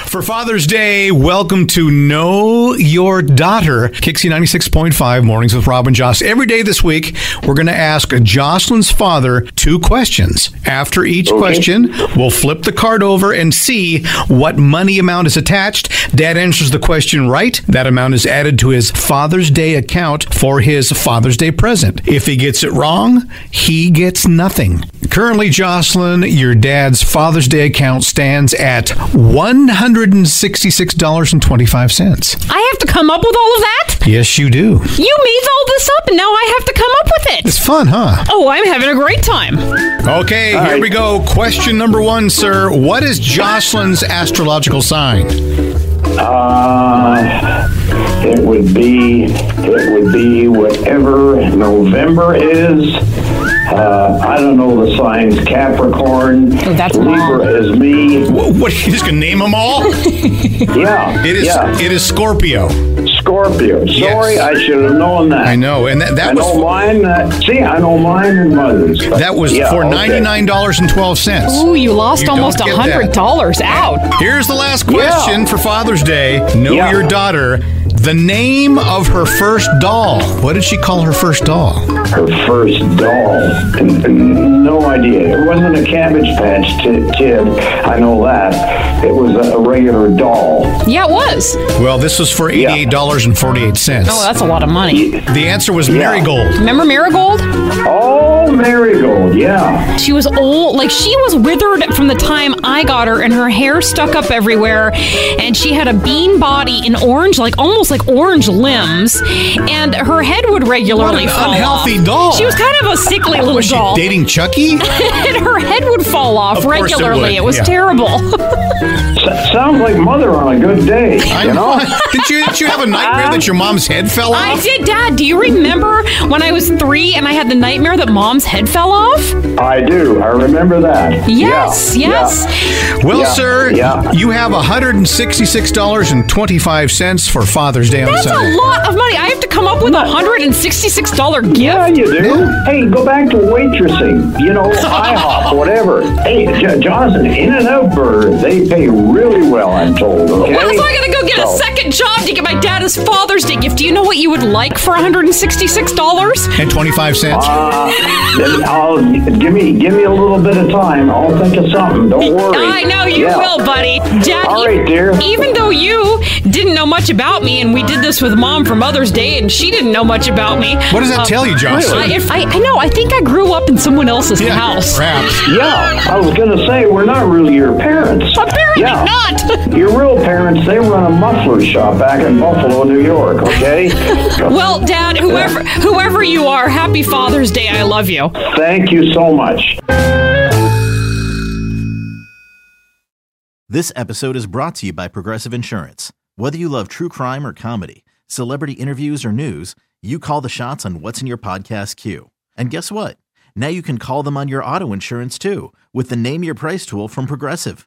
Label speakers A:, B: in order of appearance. A: For Father's Day, welcome to Know Your Daughter, Kixie 96.5 Mornings with Robin Joss. Every day this week, we're going to ask Jocelyn's father two questions. After each question, we'll flip the card over and see what money amount is attached. Dad answers the question right. That amount is added to his Father's Day account for his Father's Day present. If he gets it wrong, he gets nothing. Currently, Jocelyn, your dad's Father's Day account stands at $166.25.
B: I have to come up with all of that?
A: Yes, you do.
B: You made all this up and now I have to come up with
A: It's
B: it.
A: fun, huh?
B: Oh, I'm having a great time.
A: Okay, here we go. Question number one, sir. What is Jocelyn's astrological sign?
C: Uh, it would be it would be whatever November is. Uh, I don't know the signs. Capricorn,
B: that's
C: Libra is me.
A: What, what are you just gonna name them all? It
C: Yeah,
A: is.
C: yeah.
A: It is Scorpio.
C: Scorpio. Sorry,
A: Yes.
C: I should have known that.
A: I know, and that,
C: I
A: that
C: know
A: was
C: mine. Uh, see, I know mine and mother's. but-
A: that was
C: yeah,
A: for
C: okay.
A: ninety nine dollars and twelve cents.
B: Ooh, you lost
A: You don't
B: almost a
A: get
B: hundred
A: that.
B: dollars out.
A: Here's the last question for Father's Day. Know
C: Yeah.
A: your daughter. The name of her first doll. What did she call her first doll?
C: Her first doll. And- and No idea. It wasn't a Cabbage Patch t- kid. I know that. It was a a regular doll.
B: Yeah, it was. Oh,
A: Well, this was for eighty eight dollars and forty eight cents.
B: that's a lot of money.
A: The answer was marigold.
B: Remember Marigold?
C: Oh, marigold, yeah.
B: She was old, like she was withered from the time I got her, and her hair stuck up everywhere. And she had a bean body in orange, like almost like orange limbs, and her head would regularly
A: an
B: fall off.
A: unhealthy doll.
B: She was kind of a sickly little
A: Was she
B: doll.
A: dating Chucky?
B: and her head would fall off
A: Of course it would,
B: regularly. It, was
A: yeah.
B: terrible.
C: S- sounds like mother on a good day, you know?
A: did you did you have a nightmare that your mom's head fell
B: I
A: off?
B: did, Dad. Do you remember when I was three and I had the nightmare that mom's head fell off?
C: I do. I remember that.
B: Yes,
C: Yeah,
B: yes.
A: Well,
C: Yeah,
A: sir,
C: yeah.
A: you have $166.25 for Father's Day on
B: That's
A: Sunday.
B: a lot of money. I have to come up with a $166 gift.
C: Yeah, you do. Hey, go back to waitressing, you know, IHOP, whatever. Hey, J- Johnson, In and Out Burger, they pay really well, I'm told, okay?
B: When was I going to go get a
C: So,
B: second job to get my dad his Father's Day gift? Do you know what you would like for $166?
A: And 25 cents.
C: Uh, then I'll, give me give me a little bit of time. I'll think of something. Don't worry.
B: I know you
C: Yeah.
B: will, buddy. Dad,
C: All
B: e-
C: right, dear.
B: even though you didn't know much about me, and we did this with mom for Mother's Day, and she didn't know much about me. uh,
A: what does that tell you,
B: I,
A: Jocelyn?
B: if- I, I know. I think I grew up in someone else's
A: Yeah,
B: house.
A: perhaps.
C: Yeah, I was going to say, we're not really your parents.
B: Apparently
C: Yeah.
B: not.
C: Your real parents, they run a muffler shop back in Buffalo, New York, okay?
B: Well, Dad, whoever whoever you are, happy Father's Day. I love you.
C: Thank you so much.
D: This episode is brought to you by Progressive Insurance. Whether you love true crime or comedy, celebrity interviews or news, you call the shots on what's in your podcast queue. And guess what? Now you can call them on your auto insurance too with the Name Your Price tool from Progressive.